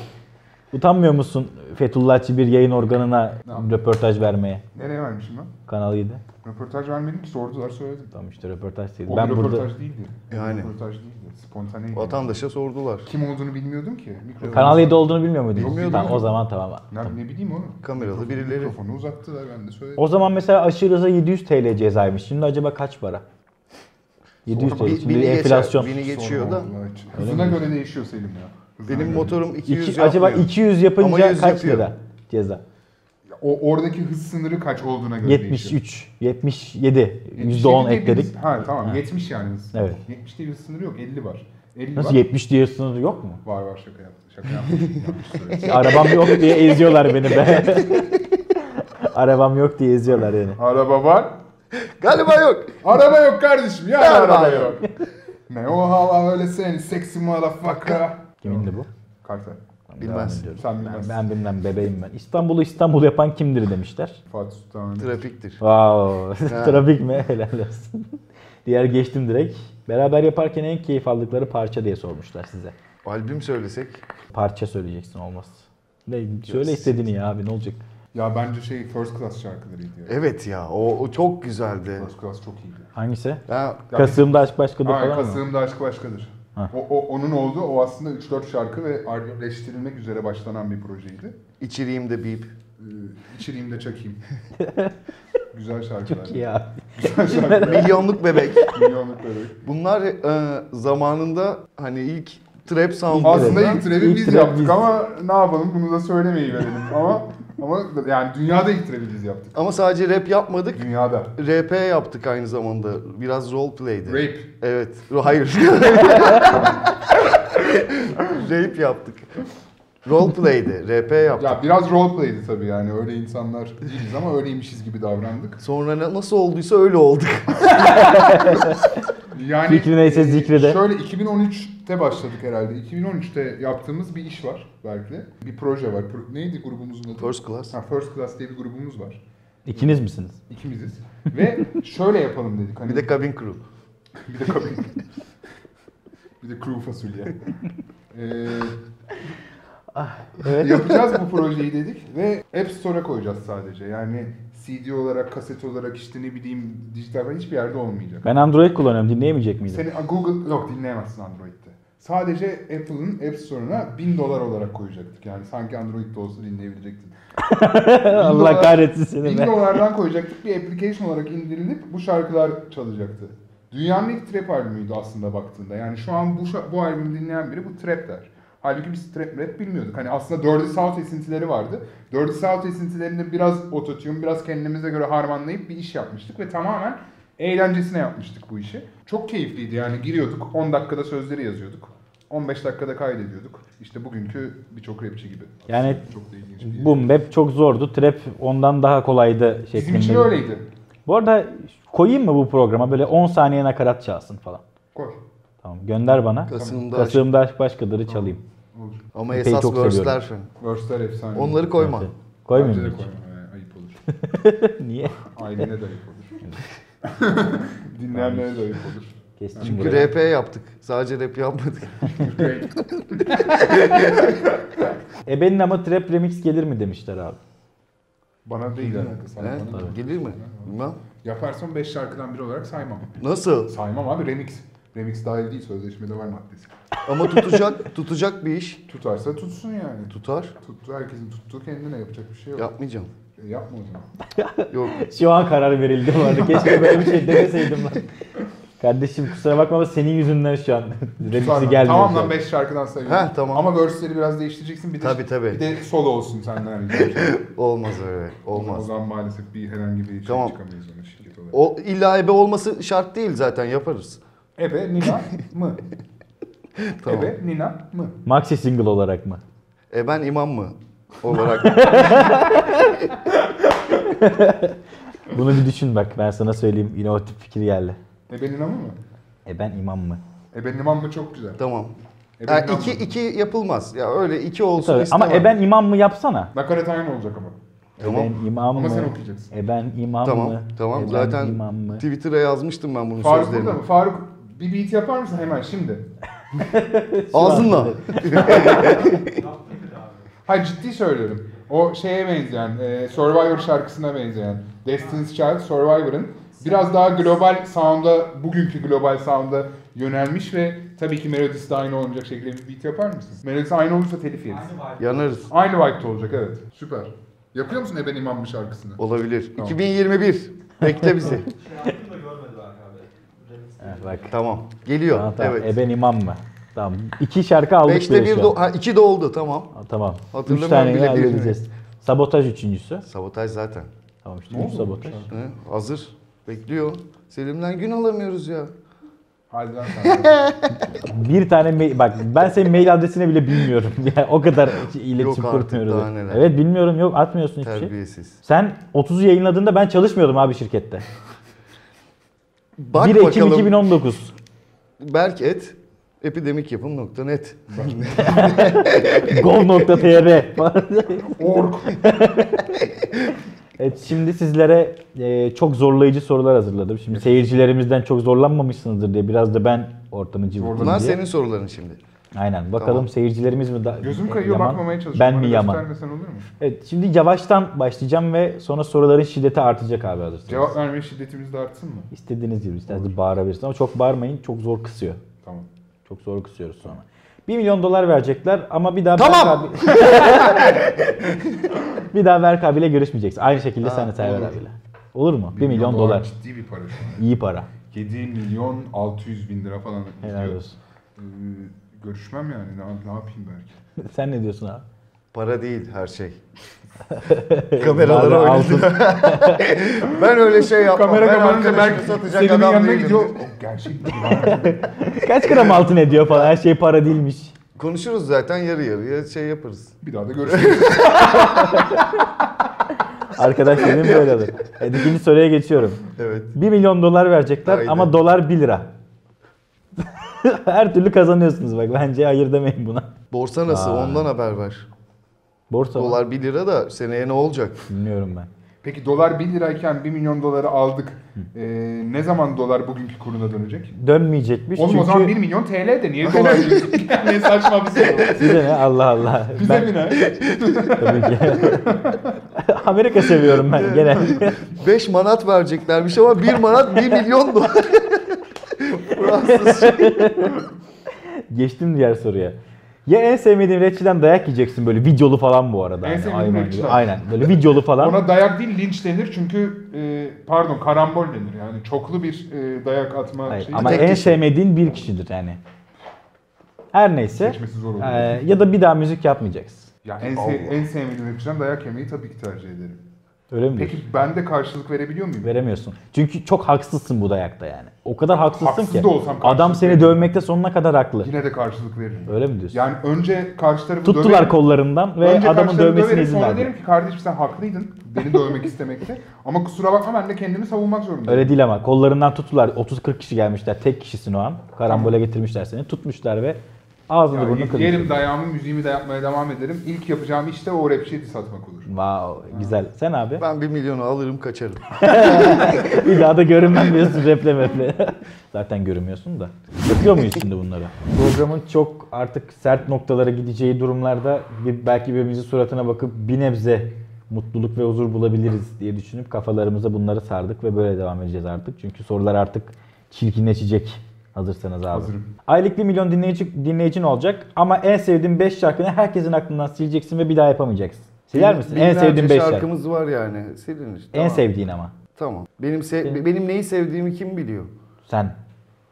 Utanmıyor musun Fethullahçı bir yayın organına
yapayım?
röportaj vermeye?
Nereye vermişim ben?
Kanal 7.
Röportaj vermedim ki sordular söyledim.
Tamam işte röportaj değil.
O
Ben
bir röportaj
burada
değildi.
Yani.
Röportaj değildi. Spontaneydi.
Vatandaşa sordular.
Kim olduğunu bilmiyordum ki. Mikrofonu
Kanal 7 olduğunu bilmiyor muydun?
Bilmiyordum.
Tamam, o zaman tamam.
Ne, ne bileyim onu.
Kameralı
Mikrofonu-
birileri.
Mikrofonu uzattılar ben de söyledim.
O zaman mesela aşırı hıza 700 TL cezaymış. Şimdi acaba kaç para? 700 TL.
Bi-
Şimdi
bini geçer-
enflasyon.
bini geçiyor da.
Allah için. Hızına göre değişiyor Selim ya. Hızına
Benim
göre.
motorum
İki-
200
acaba
yapmıyor.
200
Ama
yapınca
100
kaç
yapıyor.
lira ceza?
O, oradaki hız sınırı kaç olduğuna göre değişiyor.
73, 77,
77
%10
değil,
ekledik.
biz- Ha tamam
Ha.
70 yani hız.
Evet.
70 diye bir sınırı yok 50 var. 50
Nasıl
var.
70 diye sınır yok mu?
Var var şaka yaptım. Şaka yaptım. Yanlış söyledim.
Arabam yok diye eziyorlar beni be. Arabam yok diye eziyorlar yani.
araba var.
Galiba yok.
Araba yok kardeşim ya
Araba
araba, yok. ne o hava öyle seni sexy motherfucker.
Kimindi bu?
Kartal.
Tamam,
Bilmez.
devam ediyorum.
Sen
Ben,
bilmezsin.
ben bilmem bebeğim ben. İstanbul'u İstanbul yapan kimdir demişler.
Fatih Sultan Mehmet.
Trafiktir.
Wow. Trafik mi? Helal olsun. Diğer geçtim direkt. Beraber yaparken en keyif aldıkları parça diye sormuşlar size.
Albüm söylesek
Parça söyleyeceksin olmaz. Ne, söyle istediğini ya abi ne olacak?
Ya bence şey first class şarkılarıydı. ya.
Evet ya o, o çok güzeldi.
First class çok iyiydi.
Hangisi?
Ha,
Ya
Kasım'da aşk başkadır
Ay,
falan mı?
Kasığımda aşk başkadır.
Ha.
O, o, onun olduğu o aslında 3-4 şarkı ve albümleştirilmek üzere başlanan bir projeydi.
içeriğimde bip.
Ee, içireyim de çakayım. Güzel şarkılar.
Çok iyi abi.
Güzel şarkılar.
Milyonluk bebek.
Milyonluk bebek.
Bunlar e, zamanında hani ilk trap sound'u.
Aslında
Evet.
ilk trevi
İlk
biz
trevi
yaptık
biz.
ama ne yapalım bunu da söylemeyi verelim ama ama yani dünyada ilk trevi biz yaptık.
Ama sadece rap yapmadık.
Dünyada.
RP yaptık aynı zamanda. Biraz role play'di.
Rape.
Evet. Hayır. Rape yaptık. Role play'di. RP yaptık.
Ya biraz roleplay'di tabii yani öyle insanlar değiliz ama öyleymişiz gibi davrandık.
Sonra ne- nasıl olduysa öyle olduk.
Yani
Fikri neyse
e,
zikri de.
Şöyle 2013'te başladık herhalde. 2013'te yaptığımız bir iş var belki. Bir proje var. Pro- Neydi grubumuzun adı?
First Class.
Ha, First Class diye bir grubumuz var.
İkiniz misiniz?
İkimiziz. Ve şöyle yapalım dedik. Hani
Bir de cabin crew.
Bir de kabin. bir de kuru fasulye. Ee, Yapacağız bu projeyi dedik ve App Store'a koyacağız sadece. Yani CD olarak, kaset olarak işte ne bileyim dijital falan hiçbir yerde olmayacak.
Ben Android kullanıyorum dinleyemeyecek miydim?
Seni Google yok dinleyemezsin Android'de. Sadece Apple'ın App Store'una 1000 dolar olarak koyacaktık. Yani sanki Android'de olsa dinleyebilecektin.
Allah
dolar-
kahretsin
1000
seni be.
dolardan koyacaktık bir application olarak indirilip bu şarkılar çalacaktı. Dünyanın ilk trap albümüydü aslında baktığında. Yani şu an bu şa- bu albümü dinleyen biri bu trap der. Halbuki biz trap rap bilmiyorduk. Hani aslında Dirty South esintileri vardı. Dirty South esintilerinde biraz ototune, biraz kendimize göre harmanlayıp bir iş yapmıştık ve tamamen eğlencesine yapmıştık bu işi. Çok keyifliydi yani giriyorduk, 10 dakikada sözleri yazıyorduk. 15 dakikada kaydediyorduk. İişte bugünkü birçok rapçi gibi.
Yani
Aslında çok da ilginç bir-
Boom Bap çok zordu. Trap ondan daha kolaydı
Bizim için
şeklinde.
öyleydi.
Bu arada koyayım mı bu programa böyle 10 saniye nakarat çalsın falan.
Koy.
Tamam gönder bana.
Kasım'da
Kasığımda aşk başkadır çalayım.
Olur.
Ama
Epey
esas
çok seviyorum.
verse'ler falan.
Verse'ler efsane.
Onları koyma.
Evet. Koymayayım
Bence de
mı hiç?
koyma, yani ayıp olur.
Niye?
Ailene de ayıp olur. Dinleyenlere de ayıp olur.
Kestim
Çünkü
burayı.
RP yaptık. Sadece rap yapmadık.
Ebenin E ama trap remix gelir mi demişler abi.
Bana değil alakası.
He?
Bana değil.
Gelir mi? Bilmem.
Yaparsam 5 şarkıdan biri olarak saymam.
Nasıl?
Saymam abi remix. Remix dahil değil sözleşmede var maddesi.
Ama tutacak, tutacak bir iş.
Tutarsa tutsun yani.
Tutar.
Tuttu herkesin tuttuğu kendine yapacak bir şey yok.
Yapmayacağım.
E, yapma o zaman.
Yok.
Şu an karar verildi bu arada. Keşke böyle bir şey demeseydim lan. Kardeşim kusura bakma ama senin yüzünden şu an.
Tutar.
Remix'i gelmiyor.
Tamam
şu an.
lan 5 şarkıdan sayıyorum.
Heh, tamam.
Ama verse'leri biraz değiştireceksin. Bir de,
Tabii, tabii.
Bir de solo olsun senden. rica
Olmaz öyle.
O
Olmaz.
zaman maalesef bir herhangi bir şey
Tamam.
çıkamayız ona şirket olarak.
O illa ebe olması şart değil zaten yaparız.
Ebe, Nina mı?
Tamam.
Ebe, Nina mı?
Maxi single olarak mı?
E ben imam mı? Olarak.
Bunu bir düşün bak ben sana söyleyeyim. İnovatif fikir geldi.
Ebe, Nina mı?
E ben imam mı?
Ebe, Nina mı çok güzel.
tamam.
E
Ebe,
Ha,
Nina
iki,
mı?
iki yapılmaz. Ya öyle iki olsun
Tabii. Ama
istemem.
e ben imam mı yapsana?
Nakarat aynı olacak ama.
Tamam.
E ben imam
Ama
mı?
sen okuyacaksın.
E ben imam mı?
Tamam, tamam.
E ben
Zaten
imam mı?
Twitter'a yazmıştım ben bunun
Faruk
sözlerini.
burada mı? Faruk bir beat yapar mısın hemen şimdi?
Ağzınla.
Hayır ciddi söylüyorum. O şeye benzeyen, e, Survivor şarkısına benzeyen, Destiny's Child Survivor'ın biraz daha global sound'a, bugünkü global sound'a yönelmiş ve tabii ki melodisi de aynı olacak şekilde bir beat yapar mısınız? Melodisi aynı olursa telif yeriz.
Yanarız.
Aynı vibe'da olacak evet. Süper. Yapıyor musun Eben İmam bir şarkısını?
Olabilir.
Tamam.
2021. Bekle bizi.
Ha, bak.
tamam. Geliyor.
Tamam, tamam.
Evet.
E ben imam mı? Tamam. İki şarkı aldık
Beşte
bile
bir
şu
do-
an.
ha, iki doldu tamam.
Ha, Tamam. Üç
Hatırlamıyorum
tane
bile birini.
halledeceğiz. Sabotaj üçüncüsü.
Sabotaj zaten.
Tamam işte
Ne
üç
oldu?
sabotaj.
Hı, hazır. Bekliyor. Selim'den gün alamıyoruz ya.
Hadi lan sen.
Bir tane mail, bak ben senin mail adresini bile bilmiyorum. Yani o kadar iletişim
Yok artık,
kurmuyoruz.
daha neler.
Evet bilmiyorum yok atmıyorsun hiçbir şey.
Terbiyesiz.
Sen 30'u yayınladığında ben çalışmıyordum abi şirkette.
Bak
1 Ekim
bakalım.
2019.
Berk et. Epidemikyapım.net.
Gov.tr
Ork.
Evet şimdi sizlere e, çok zorlayıcı sorular hazırladım. Şimdi seyircilerimizden çok zorlanmamışsınızdır diye biraz da ben ortamı cıvıttım diye.
Bunlar senin soruların şimdi.
Aynen bakalım
Tamam.
seyircilerimiz mi da
Gözüm kayıyor
E, yaman,
bakmamaya çalışıyorum.
Ben
Bana
mi yaman?
göstermesen olur mu?
Evet şimdi yavaştan başlayacağım ve sonra soruların şiddeti artacak abi hazırsanız.
Cevap verme şiddetimiz de artsın mı?
İstediğiniz gibi isterseniz bağırabilirsiniz ama çok bağırmayın çok zor kısıyor.
Tamam.
Çok zor kısıyoruz sonra. 1 milyon dolar verecekler ama bir daha
Tamam!
Berk abi... bir daha Berk abiyle görüşmeyeceksin. Aynı şekilde sen de Serdar
olur.
abiyle. Olur mu? 1 milyon dolar.
Ciddi bir para şu an.
İyi para.
7 milyon 600 bin lira falan.
Helal
gidiyor.
olsun.
Ee, görüşmem yani. Ne, ne yapayım belki.
sen ne diyorsun abi?
Para değil her şey.
Bunlar da
Kameralara
altın.
oynadı. ben öyle şey yapmam.
Kamera
ben
kapanınca
arkadaşımı
belki
satacak
Selim'in
adam
yanına
değilim.
gidiyor. O gerçek bir
Kaç gram altın ediyor falan her şey para değilmiş.
Konuşuruz zaten yarı yarıya şey yaparız.
Bir daha da görüşürüz.
Arkadaş dediğim böyle olur. Evet, ikinci soruya geçiyorum.
Evet.
1 milyon dolar verecekler
Aynen.
ama dolar 1 lira. her türlü kazanıyorsunuz bak bence hayır demeyin buna.
Borsa nasıl?
Aa.
Ondan haber ver.
Borsa mı?
Dolar 1 lira da seneye ne olacak?
Bilmiyorum ben.
Peki dolar 1 lirayken 1 milyon doları aldık. Ee, ne zaman dolar bugünkü kuruna dönecek?
Dönmeyecekmiş
Oğlum
çünkü...
o zaman 1 milyon TL de niye dolar diyorsun? ne saçma bir şey. bu.
Bize ne Allah Allah.
Bize
ben
mi ne?
tabii ki. Amerika seviyorum ben gene.
5 manat vereceklermiş ama 1 manat 1 milyon dolar. Fransız şey.
Geçtim diğer soruya. Ya en sevmediğin rapçiden dayak yiyeceksin böyle videolu falan bu arada.
En
Hani
sevmediğim
hayvan
rapçi
gibi.
var.
Aynen böyle videolu falan.
Ona dayak değil linç denir çünkü e, pardon karambol denir yani çoklu bir e, dayak atma
Hayır,
şeyi.
ama
Tek
en
kişi.
sevmediğin bir kişidir yani. Her neyse.
Seçmesi zor olur.
Ee, ya da bir daha müzik yapmayacaksın.
Ya en,
Allah.
se- en sevmediğim rapçiden dayak yemeyi tabii ki tercih ederim.
Öyle mi?
Peki
diyorsun?
ben de karşılık verebiliyor muyum?
Veremiyorsun. Çünkü çok haksızsın bu dayakta yani. O kadar haksızsın
Haksız
ki.
da olsam karşılık
adam seni
veririm.
dövmekte sonuna kadar haklı.
Yine de karşılık veririm.
Öyle mi diyorsun?
Yani önce karşı tarafı
Tuttular
döverim.
kollarından ve
Önce
adamın
karşılarını
dövmesine
döverim,
izin
sonra
verdi.
derim ki kardeşim sen haklıydın beni dövmek istemekte. Ama kusura bakma ben de kendimi savunmak zorundayım.
Öyle değil ama kollarından tuttular. 30-40 kişi gelmişler. Tek kişisin o an. Karambole getirmişler seni. Tutmuşlar ve ağzını
Yani
burnunu
yerim
kırmışlar.
dayağımı müziğimi de yapmaya devam ederim. İlk yapacağım işte o rapçiye diss atmak olur.
Wow, güzel. Sen abi?
Ben 1 milyonu alırım kaçarım.
Bir daha da görünmem diyorsun reple meple. Zaten görünmüyorsun da. Yapıyor muyuz şimdi bunları? Programın çok artık sert noktalara gideceği durumlarda bir, belki birbirimizin suratına bakıp bir nebze mutluluk ve huzur bulabiliriz diye düşünüp kafalarımıza bunları sardık ve böyle devam edeceğiz artık. Çünkü sorular artık çirkinleşecek. Hazırsanız abi.
Hazırım.
Aylık 1 milyon dinleyici, dinleyicin olacak ama en sevdiğin 5 şarkını herkesin aklından sileceksin ve bir daha yapamayacaksın. Siler misin? En
Binlerce
sevdiğin 5 şarkı.
şarkımız var yani. Silin işte.
En
Tamam.
sevdiğin ama.
Tamam. Benim se- benim neyi sevdiğimi kim biliyor?
Sen.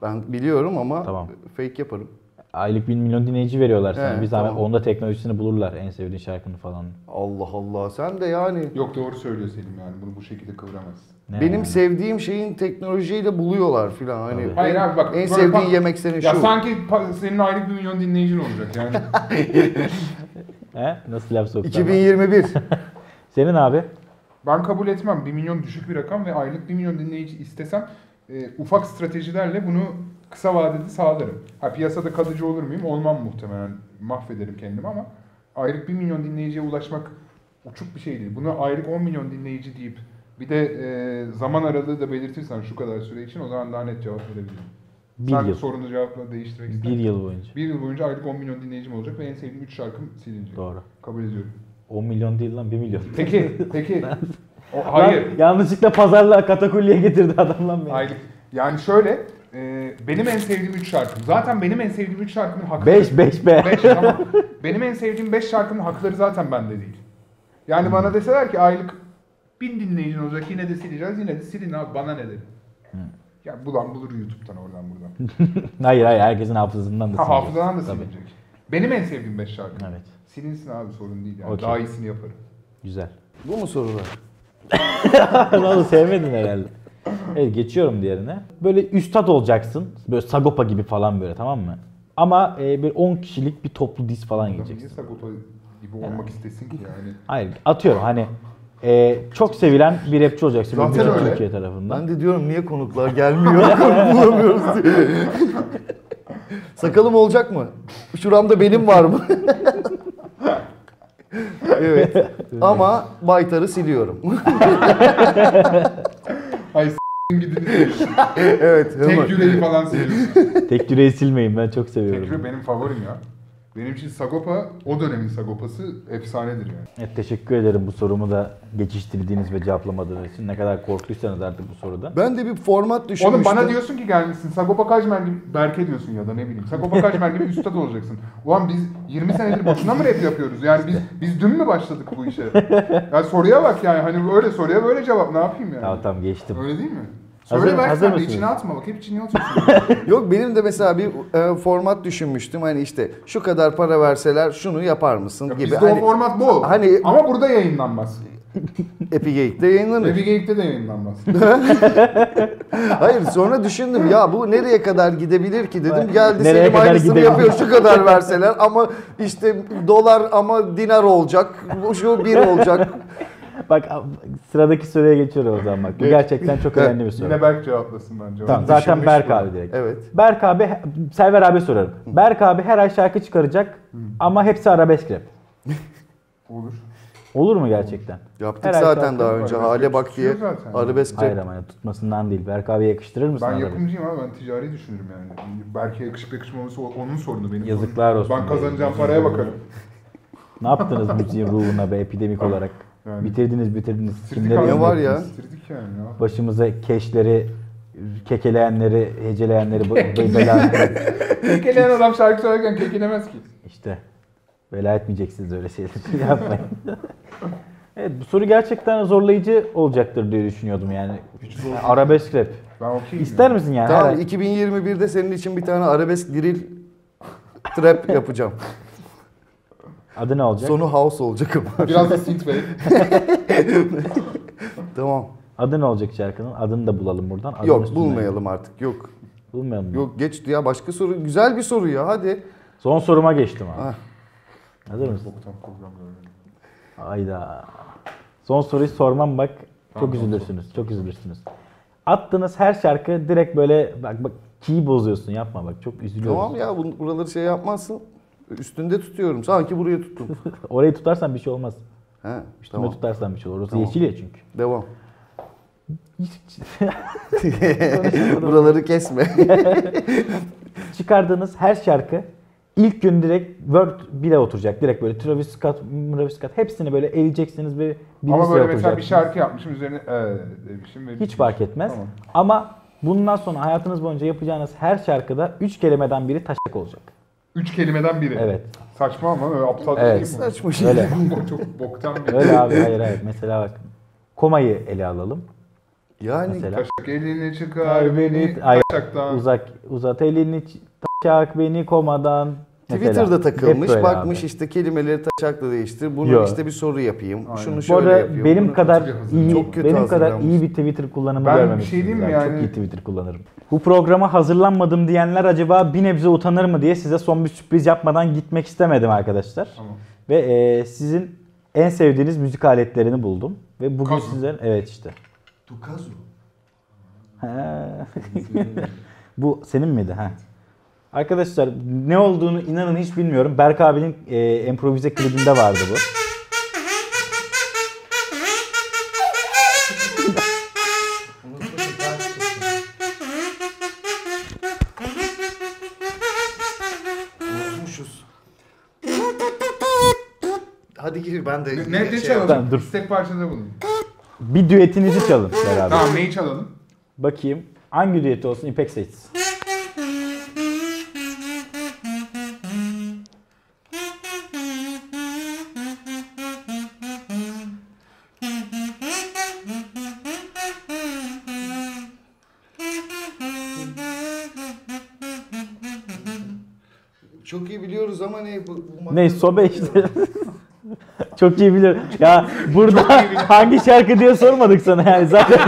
Ben biliyorum ama
Tamam.
fake yaparım.
Aylık 1 milyon dinleyici veriyorlar sana.
Evet,
bir zahmet
tamam.
onda teknolojisini bulurlar. En sevdiğin şarkını falan.
Allah Allah sen de yani.
Yok doğru söylüyor Selim yani bunu bu şekilde kıvıramazsın.
Ne
Benim
yani?
sevdiğim şeyin teknolojiyle buluyorlar filan hani.
Tabii.
Hayır
en,
abi bak.
en
böyle
sevdiğin
pa-
yemek senin
Ya
şu.
sanki pa- senin aylık bir milyon dinleyicin olacak yani.
He? Nasıl laf soktun?
2021.
Senin abi?
ben kabul etmem. 1 milyon düşük bir rakam ve aylık 1 milyon dinleyici istesem e, ufak stratejilerle bunu kısa vadede sağlarım. Ha piyasada kalıcı olur muyum? Olmam muhtemelen. Mahvederim kendimi ama aylık 1 milyon dinleyiciye ulaşmak uçuk bir şey değil. Buna aylık 10 milyon dinleyici deyip bir de e, zaman aralığı da belirtirsen şu kadar süre için o zaman daha net cevap verebilirim.
Bir
Sen
yıl.
sorunu cevapla değiştirmek ister
Bir yıl boyunca.
Bir yıl boyunca aylık 10 milyon dinleyicim olacak ve en sevdiğim 3 şarkım silinecek.
Doğru.
Kabul ediyorum.
10 milyon değil lan 1 milyon.
Peki, peki. O,
Lan
hayır.
yanlışlıkla pazarlığa katakulliye getirdi adam lan beni.
Aylık. Yani şöyle, e, benim en sevdiğim 3 şarkım. Zaten benim en sevdiğim 3 şarkımın hakları...
5 5 be.
Beş, tamam. Benim en sevdiğim 5 şarkının hakları zaten bende değil. Yani
Hmm.
bana deseler ki aylık 1000 dinleyicin olacak yine de sileceğiz, yine de silin abi bana ne derim.
Hmm.
Ya bulan bulur YouTube'dan oradan buradan.
hayır hayır herkesin hafızasından da
Ha
sileceksin.
hafızadan da
Tabii.
silinecek. Benim en sevdiğim 5 şarkı.
Evet.
Silinsin abi sorun değil yani.
Okey.
Daha iyisini yaparım.
Güzel.
Bu mu sorular?
ne oldu sevmedin herhalde. Evet geçiyorum diğerine. Böyle üstad olacaksın. Böyle Sagopa gibi falan böyle tamam mı? Ama e, bir 10 kişilik bir toplu diz falan
Adam niye
geleceksin.
Sagopa gibi olmak istesin ki yani?
Hayır atıyorum hani e, çok sevilen bir rapçi olacaksın.
Zaten
bütün
öyle.
Türkiye tarafından.
Ben de diyorum niye konuklar gelmiyor? konuk bulamıyoruz diye. Sakalım olacak mı? Şuramda benim var mı? evet. Ama baytarı siliyorum.
Ay s**in gidin.
evet.
Tek yüreği falan seviyorsun.
Tek yüreği silmeyin ben çok
Tek
seviyorum.
yüreği benim favorim ya. Benim için Sagopa, o dönemin Sagopası efsanedir yani.
Evet, teşekkür ederim bu sorumu da geçiştirdiğiniz ve cevaplamadığınız için. Ne kadar korktuysanız artık bu soruda.
Ben de bir format düşünmüştüm.
Oğlum bana diyorsun ki gelmişsin Sagopa Kajmer gibi Berke diyorsun ya da ne bileyim. Sagopa Kajmer gibi üstad olacaksın. Ulan biz 20 senedir boşuna mı rap yapıyoruz? Yani biz biz dün mü başladık bu işe? Ya soruya bak yani hani öyle soruya böyle cevap ne yapayım yani?
Tamam tamam geçtim.
Öyle değil mi?
Hazır-
Söyle ver
hazır
sen de
mısınız?
içine atma bak hep içine atıyorsun.
Yok benim de mesela bir e, format düşünmüştüm. Hani işte şu kadar para verseler şunu yapar mısın gibi.
Bizde o
Hani
format bu.
Hani-
Ama burada yayınlanmaz.
Epigate'de yayınlanır.
Evi Geyik'te de yayınlanmaz.
Hayır sonra düşündüm ya bu nereye kadar gidebilir ki dedim. Geldi
Nereye
Selim
kadar
aynısını
gidebilir?
yapıyor şu kadar verseler ama işte dolar ama dinar olacak. bu Şu bir olacak.
Bak sıradaki soruya geçiyorum o zaman bak. Bu
Geç.
gerçekten çok önemli bir soru.
Yine Berk cevaplasın bence.
Tamam, zaten
Düşünmüş
Berk
bunu.
abi direkt.
Evet.
Berk abi, Server abi sorarım. Berk abi her ay şarkı çıkaracak ama hepsi arabesk rap.
Olur.
Olur mu gerçekten?
Yaptık
Her ay
zaten
şarkı-
daha önce
arabesk
hale bak diye.
tutuyor zaten.
Arabesk
Hayır ama ya, tutmasından değil. Berk abi yakıştırır mısın?
Ben
arabesk?
yapımcıyım ama ben ticari düşünürüm yani. Belki yakışıp yakışmaması o- onun sorunu benim.
Yazıklar
sorunum.
olsun
Ben
be.
kazanacağım paraya bakarım.
Ne yaptınız müziğin ruhuna be epidemik olarak?
Yani.
Bitirdiniz bitirdiniz.
Sirdik
Kimleri
Ne var ya?
Sirdik yani ya.
Başımıza keşleri, kekeleyenleri, heceleyenleri, bu- bu- bela...
Kekeleyen adam şarkı söylerken kekelemez ki.
İşte bela etmeyeceksiniz öyle şeyleri yapmayın. evet bu soru gerçekten zorlayıcı olacaktır diye düşünüyordum yani. Yani arabesk rap.
Ben okeyim.
İster misin yani?
Tamam
Her-
2021'de senin için bir tane arabesk drill trap yapacağım.
Adı ne olacak?
Sonu house olacak ama.
ya. Biraz da synthwave.
tamam.
Adı ne olacak şarkının? Adını da bulalım buradan. Adını
Yok
üstüne-
bulmayalım artık. Yok.
Bulmayalım. mı?
Yok geç ya başka soru. Güzel bir soru ya hadi.
Son soruma geçtim abi.
Ah.
Hazır mısın?
Boktan program böyle.
Hayda. Son soruyu sormam bak. Çok üzülürsünüz. Çok üzülürsünüz. Attığınız her şarkı direkt böyle bak bak kiyi bozuyorsun yapma bak çok üzülüyoruz.
Tamam ya bunu, buraları şey yapmazsın. Üstünde tutuyorum. Sanki buraya tuttum.
Orayı tutarsan bir şey olmaz.
He,
Üstüme
tamam.
tutarsan bir şey olur. Orası
Tamam.
yeşil ya çünkü.
Devam. buraları kesme.
Çıkardığınız her şarkı İlk gün direkt Word 1'e oturacak. Direkt böyle Travis Scott, Travis Scott hepsini böyle eleyeceksiniz ve bir
Ama
listeye
böyle mesela bir
oturacaksınız.
şarkı yapmışım üzerine ee demişim. Ve
Hiç fark etmez.
Tamam.
Ama bundan sonra hayatınız boyunca yapacağınız her şarkıda 3 kelimeden biri taşak olacak.
Üç kelimeden biri.
Evet.
Saçma ama öyle aptal bir
Evet.
şey mi?
Saçma şey.
Öyle.
Bu çok boktan bir
Öyle abi hayır hayır. Mesela bak komayı ele alalım.
Yani
Mesela.
Taşak elini çıkar
Ay
beni
beni- ay,
taşaktan.
uzak uzat elini ç- taşak beni komadan. Mesela.
Twitter'da
Hep
takılmış,
böyle
bakmış
abi.
işte kelimeleri taşakla değiştir. Bunu
Yo.
işte bir soru yapayım.
Aynen.
Şunu
Bu
şöyle
arada
yapayım.
benim
bunu-
kadar
kötü
iyi
hazırlanmış.
Çok kötü
benim kadar
hazırlanmış.
iyi bir Twitter kullanımı
Ben bir şey
görmemişsiniz.
diyeyim mi
abi.
yani?
Çok iyi Twitter kullanırım. Bu programa hazırlanmadım diyenler acaba bir nebze utanır mı diye size son bir sürpriz yapmadan gitmek istemedim arkadaşlar.
Tamam.
Ve e, sizin en sevdiğiniz müzik aletlerini buldum ve bugün
Kazoo.
sizden evet işte.
Tukazu.
Ha. Bu senin miydi? Ha. Arkadaşlar ne olduğunu inanın hiç bilmiyorum. Berk abinin e, improvize klibinde vardı bu.
Unutmuşuz. Hadi gir ben de.
Ne,
şey
ne çalalım?
Tamam, dur.
İstek parçada bulun.
Bir düetinizi çalın beraber.
Tamam neyi çalalım?
Bakayım hangi düeti olsun İpek seçsin.
Çok iyi biliyoruz ama ne bu, bu
Ne sobe işte. Çok iyi biliyorum. Ya burada hangi şarkı diye sormadık sana yani zaten.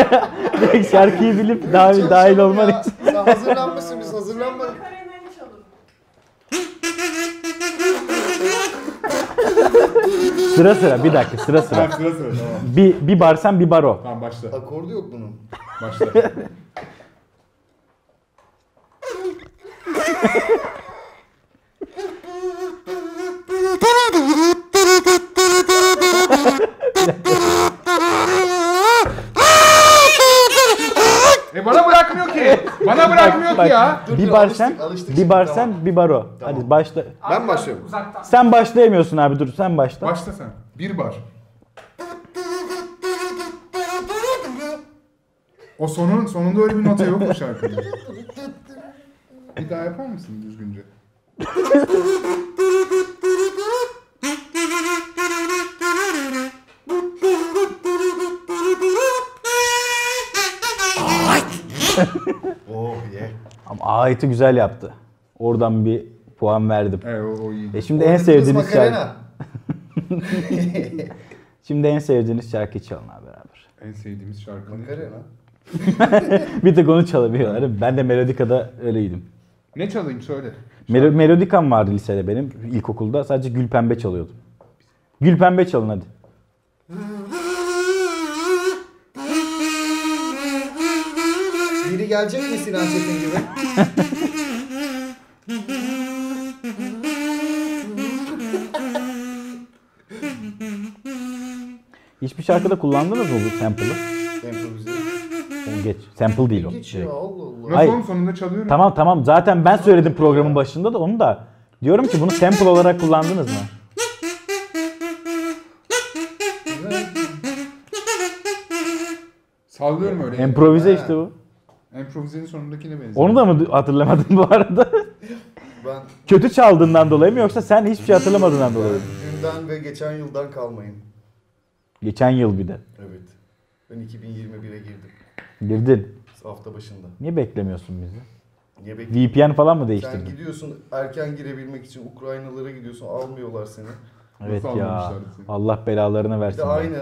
Direkt şarkıyı bilip dahil, dahil olman için.
Sen hazırlanmışsın biz hazırlanmadık.
Karamel çalın.
Sıra sıra bir dakika sıra sıra.
Tamam sıra sıra tamam.
Bir, bir bar sen bir baro.
Tamam başla.
Akordu yok bunun.
Başla. e bana bırakmıyor ki. Bana bırakmıyor ki ya.
Dur,
bir
dur,
bar
alıştık,
sen,
alıştık
bir
şimdi,
bar
tamam.
sen, bir baro. Hadi başla.
Ben başlıyorum.
Uzaktan.
Sen başlayamıyorsun abi dur sen başla.
Başla sen. Bir bar. O sonun sonunda öyle bir nota yok mu şarkıda? Bir daha yapar mısın düzgünce?
Oh ye.
Ama Ahit'i güzel yaptı. Oradan bir puan verdim.
Evet o, o iyi.
E şimdi en sevdiğiniz şarkı. Şimdi en sevdiğiniz şarkıyı çalın abi beraber.
En sevdiğimiz şarkı. ne?
Makarena.
Bir tek onu çalabiliyorlar. Ben de melodikada öyleydim.
Ne çalayım söyle.
Melo- melodikam vardı lisede benim ilkokulda. Sadece gül pembe çalıyordum. Gül pembe çalın hadi.
Biri gelecek mi Sinan Çetin gibi?
Hiçbir şarkıda kullandınız mı bu sample'ı?
Improvize.
Onu geç. Sample değil o.
Geç
direkt.
ya Allah Allah.
Nasıl
Hayır.
oğlum sonunda çalıyorum.
Tamam tamam zaten ben söyledim programın başında da onu da. Diyorum ki bunu sample olarak kullandınız mı?
Sallıyorum öyle.
Improvize işte bu.
Improvise'nin sonundakine benziyor.
Onu da mı hatırlamadın bu arada?
Ben
Kötü çaldığından dolayı mı yoksa sen hiçbir şey hatırlamadığından dolayı mı?
dünden ve geçen yıldan kalmayın.
Geçen yıl bir de.
Evet. Ben 2021'e girdim.
Girdin.
Hafta başında.
Niye beklemiyorsun bizi?
Niye bekliyorsun?
VPN falan mı
Sen
değiştirdin?
gidiyorsun erken girebilmek için Ukraynalara gidiyorsun almıyorlar seni.
Evet
Nasıl
ya.
anlamışlar seni?
Allah belalarını
Bir de
versin. ya.
aynı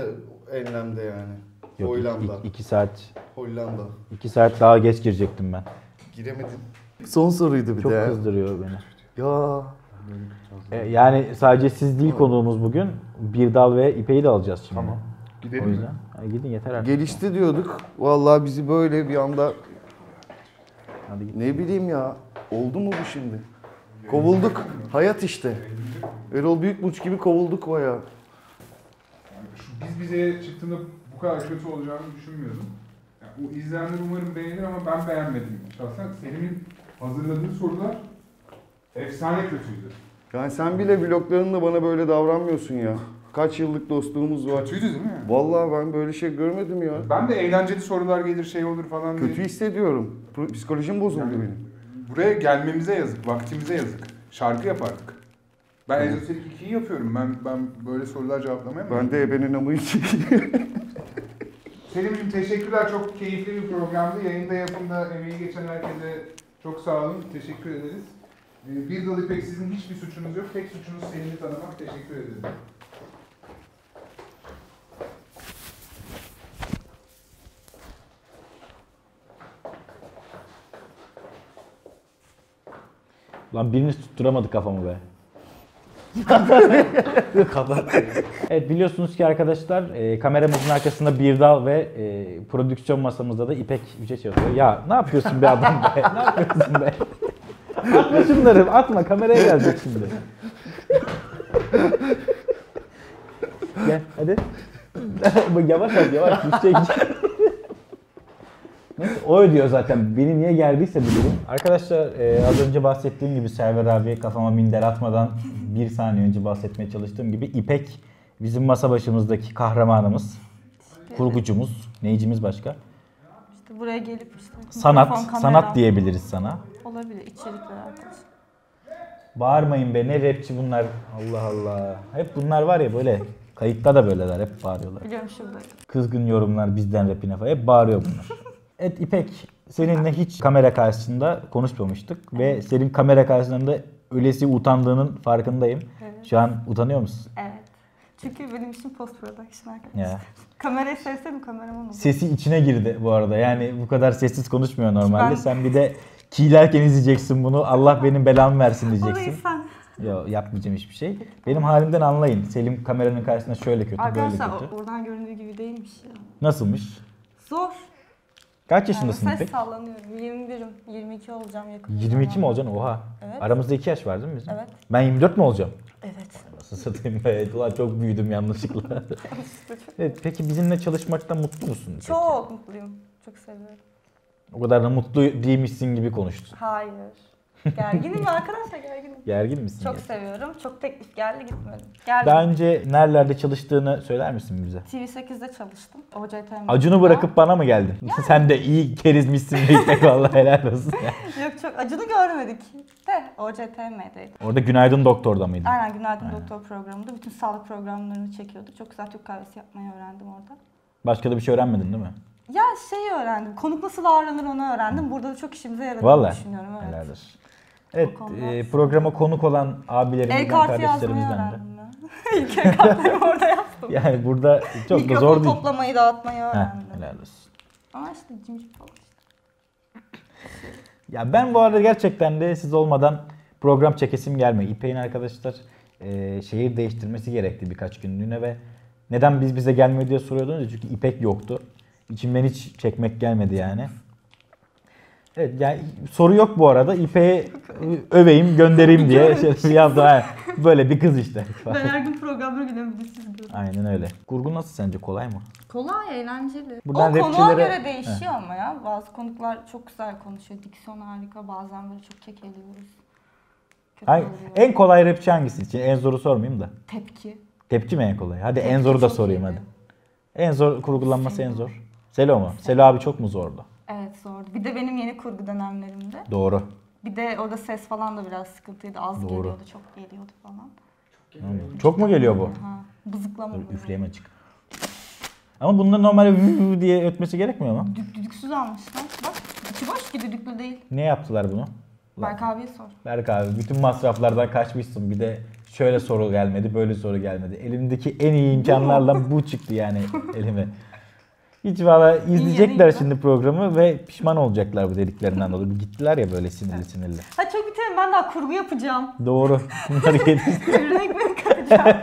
enlemde yani.
Yok,
Hollanda.
iki, iki saat
Hollanda.
iki saat daha geç girecektim ben.
Giremedim. Son soruydu bir
Çok
de.
kızdırıyor beni.
Ya.
E, yani sadece siz değil konuğumuz bugün. Birdal ve İpek'i de alacağız şimdi.
Tamam.
O
Gidelim
yüzden.
mi?
Hadi gidin yeter artık.
Gelişti diyorduk. Vallahi bizi böyle bir anda
Hadi git.
ne bileyim ya. Oldu mu bu şimdi? Kovulduk. Hayat işte. Erol Büyükburç gibi kovulduk baya.
Şu Biz bize çıktığında bu kadar kötü olacağını düşünmüyordum. Yani o izleyenler umarım beğenir ama ben beğenmedim. Şahsen Selim'in hazırladığı sorular Efsane kötüydü.
Yani sen bile vloglarında bana böyle davranmıyorsun ya. Kaç yıllık dostluğumuz var.
Kötüydü değil mi?
Vallahi ben böyle şey görmedim ya.
Ben de eğlenceli sorular gelir şey olur falan diye.
Kötü hissediyorum. Pro- Psikolojim bozuldu
Yani-
benim.
Buraya gelmemize yazık, vaktimize yazık. Şarkı yapardık. Ben ezoterik 2'yi yapıyorum. Ben ben böyle sorular cevaplamaya
Ben de ebenin amı için.
Selim'ciğim teşekkürler. Çok keyifli bir programdı. Yayında yapımda emeği geçen herkese çok sağ olun. Teşekkür ederiz. Ee, Bir dal ipek sizin hiçbir suçunuz yok. Tek suçunuz Selim'i tanımak. Teşekkür ederim.
Lan birini tutturamadı kafamı be. Kapat. evet biliyorsunuz ki arkadaşlar e, kameramızın arkasında bir dal ve e, prodüksiyon masamızda da İpek Yüce çalışıyor. Ya ne yapıyorsun be adam be? ne yapıyorsun be? atma şunları atma kameraya gelecek şimdi. Gel hadi. Bak, yavaş at yavaş düşecek. Neyse, o ödüyor zaten. Beni niye geldiyse bu durum. Arkadaşlar e, az önce bahsettiğim gibi Server abi kafama minder atmadan bir saniye önce bahsetmeye çalıştığım gibi İpek bizim masa başımızdaki kahramanımız, kurgucumuz, neyicimiz başka?
İşte buraya gelip işte mikrofon,
Sanat,
kamera
sanat diyebiliriz sana.
olabilir içerikler arkadaş.
Bağırmayın be ne rapçi bunlar. Allah Allah. Hep bunlar var ya böyle kayıtta da böyleler hep bağırıyorlar.
Biliyorum şurada.
Kızgın yorumlar bizden rapine falan. Hep bağırıyor bunlar. Evet İpek seninle hiç kamera karşısında konuşmamıştık ve senin kamera karşısında öylesi utandığının farkındayım.
Evet.
Şu an utanıyor musun?
Evet. Çünkü benim işim post production arkadaş.
Ya.
Kamerayı sevsem kameraman olur.
Sesi içine girdi bu arada. Yani bu kadar sessiz konuşmuyor normalde.
Ben-
Sen bir de kilerken izleyeceksin bunu. Allah benim belamı versin
Orayı
diyeceksin.
sen.
Yok yapmayacağım hiçbir şey. Benim halimden anlayın. Selim kameranın karşısında şöyle kötü, böyle
Arkadaşlar
kötü.
o- oradan göründüğü gibi değilmiş ya.
Nasılmış?
Zor.
Kaç
Yani
yaşındasın
ses
İpek?
sallanıyorum. 21'im. 22 olacağım yakın.
22 mi
zamanda.
olacaksın? Oha.
Evet.
Aramızda 2 yaş var değil mi bizim?
Evet.
Ben 24 mi olacağım?
Evet.
Nasıl satayım be? Ulan çok büyüdüm yanlışlıkla. evet, peki bizimle çalışmaktan mutlu musun? İpek?
Çok mutluyum. Çok seviyorum.
O kadar da mutlu değilmişsin gibi konuştun.
Hayır. Gerginim arkadaşlar gerginim.
Gergin misin?
Çok
ya?
seviyorum. Çok teklif geldi gitmedim. Geldim.
Daha önce nerelerde çalıştığını söyler misin bize?
TV8'de çalıştım. OCTM.
Acunu bırakıp bana mı geldin? Sen de iyi kerizmişsin be İpek vallahi helal olsun. ya.
Yok çok acını görmedik de OCTM'deydi.
Orada günaydın doktorda mıydın?
Aynen Günaydın Doktor programında bütün sağlık programlarını çekiyordu. Çok güzel Türk kahvesi yapmayı öğrendim orada.
Başka da bir şey öğrenmedin değil mi?
Ya şeyi öğrendim. Konuk nasıl davranır onu öğrendim. Burada da çok işimize yaradığını
Vallahi.
düşünüyorum. Evet.
Helal olsun. Evet,
O konuda-
e, programa konuk olan
El
abilerimizden,
kartı yazmayı
kardeşlerimizden de.
öğrendim ben. İlk el kartları orada yaptım.
Yani burada çok da
Mikrofon
zor değil.
toplamayı dağıtmayı
Heh,
öğrendim.
helal olsun.
Ama işte cimcik falan işte.
Ya ben bu arada gerçekten de siz olmadan program çekesim gelmiyor. İpek'in arkadaşlar e, şehir değiştirmesi gerekti birkaç günlüğüne ve neden biz bize gelmiyor diye soruyordunuz ya, çünkü İpek yoktu. İçimden hiç çekmek gelmedi yani. Evet yani soru yok bu arada. İpek'i öveyim göndereyim diye şey şey yaptım. Ha, Böyle bir kız işte.
Ben her gün programları gülebilirsiniz diyorum.
Aynen öyle. Kurgu nasıl sence kolay mı?
Kolay, eğlenceli.
Buradan
o konuğa
rapçilere-
göre değişiyor ama ya. Bazı konuklar çok güzel konuşuyor. Diksiyon harika. Bazen böyle çok kekeliyoruz. Kötü
Hangi-
oluyor.
en kolay rapçi hangisi için? En zoru sormayayım da.
Tepki.
Hmm. Tepki mi en kolay? Hadi en
Tepki
zoru da
çok
sorayım
iyiydi.
hadi. En zor kurgulanması en zor. Selo mu? Selo abi çok mu zordu?
Evet zordu. Bir de benim yeni kurgu dönemlerimde.
Doğru.
Bir de orada ses falan da biraz sıkıntıydı. Az
Doğru.
geliyordu, çok geliyordu falan.
Hmm. Çok mu geliyor bu?
Ha, bızıklama.
Dur
böyle.
üfleyeyim açık. Ama bunda normal vv diye ötmesi gerekmiyor mu?
Düdük, düdüksüz almışlar. Bak içi boş ki düdüklü değil.
Ne yaptılar bunu? Lan,
Berk abiye sor.
Berk abi bütün masraflardan kaçmışsın. Bir de şöyle soru gelmedi, böyle soru gelmedi. Elimdeki en iyi imkanlarla bu çıktı yani elime. Hiç valla izleyecekler
yanıydı.
şimdi programı ve pişman olacaklar bu dediklerinden dolayı. Gittiler ya böyle sinirli sinirli.
Ha çok biterim ben daha kurgu yapacağım.
Doğru. Bunları yetiştirdim.
Ürün ekmeği katacağım.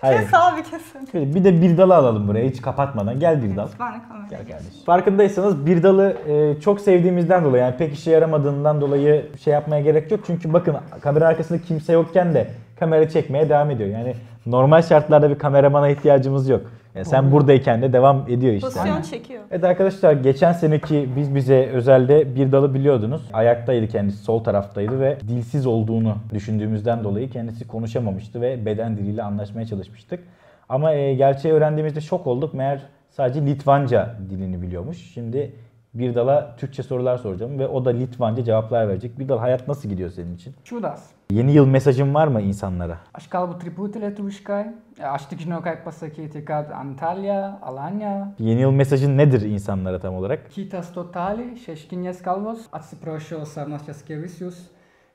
Hayır.
kes abi kesin.
Şöyle bir de bir dalı alalım buraya. Hiç kapatmadan. Gel bir dal.
Ben de kameraya
Gel
geçeyim.
kardeşim. Farkındaysanız bir dalı e, çok sevdiğimizden dolayı yani pek işe yaramadığından dolayı şey yapmaya gerek yok. Çünkü bakın kamera arkasında kimse yokken de kamera çekmeye devam ediyor. Yani normal şartlarda bir kameramana ihtiyacımız yok. Ya sen buradayken de devam ediyor işte.
Pozisyon çekiyor.
Evet arkadaşlar geçen seneki biz bize özelde bir dalı biliyordunuz. Ayaktaydı kendisi sol taraftaydı ve dilsiz olduğunu düşündüğümüzden dolayı kendisi konuşamamıştı ve beden diliyle anlaşmaya çalışmıştık. Ama e, gerçeği öğrendiğimizde şok olduk. Meğer sadece Litvanca dilini biliyormuş. Şimdi bir dala Türkçe sorular soracağım ve o da Litvanca cevaplar verecek. Bir dal hayat nasıl gidiyor senin için?
Čudas.
Yeni yıl mesajın var mă insanlara?
Aš kalbu truputį lietuviškai, aš tik žinau, kaip pasakyti, kad Antalija, Alanija,
Yeni yıl mesajın nedir insanlara tam olarak?
kitas totaliai, šeškinės kalbos, atsiprašau Sarnasės Kevisius,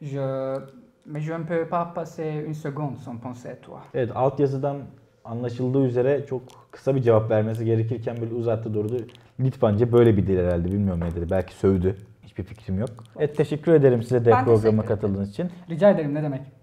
je, mais je ne peux pas passer une seconde sans penser à toi.
Evet altyazıdan anlaşıldığı üzere çok kısa bir cevap vermesi gerekirken böyle uzattı durdu. Litvanca böyle bir dil herhalde bilmiyorum ne dedi. Belki sövdü. Hiçbir fikrim yok. Evet teşekkür ederim size de
Ben teşekkür
programa
ederim.
katıldığınız için.
Rica ederim, ne demek?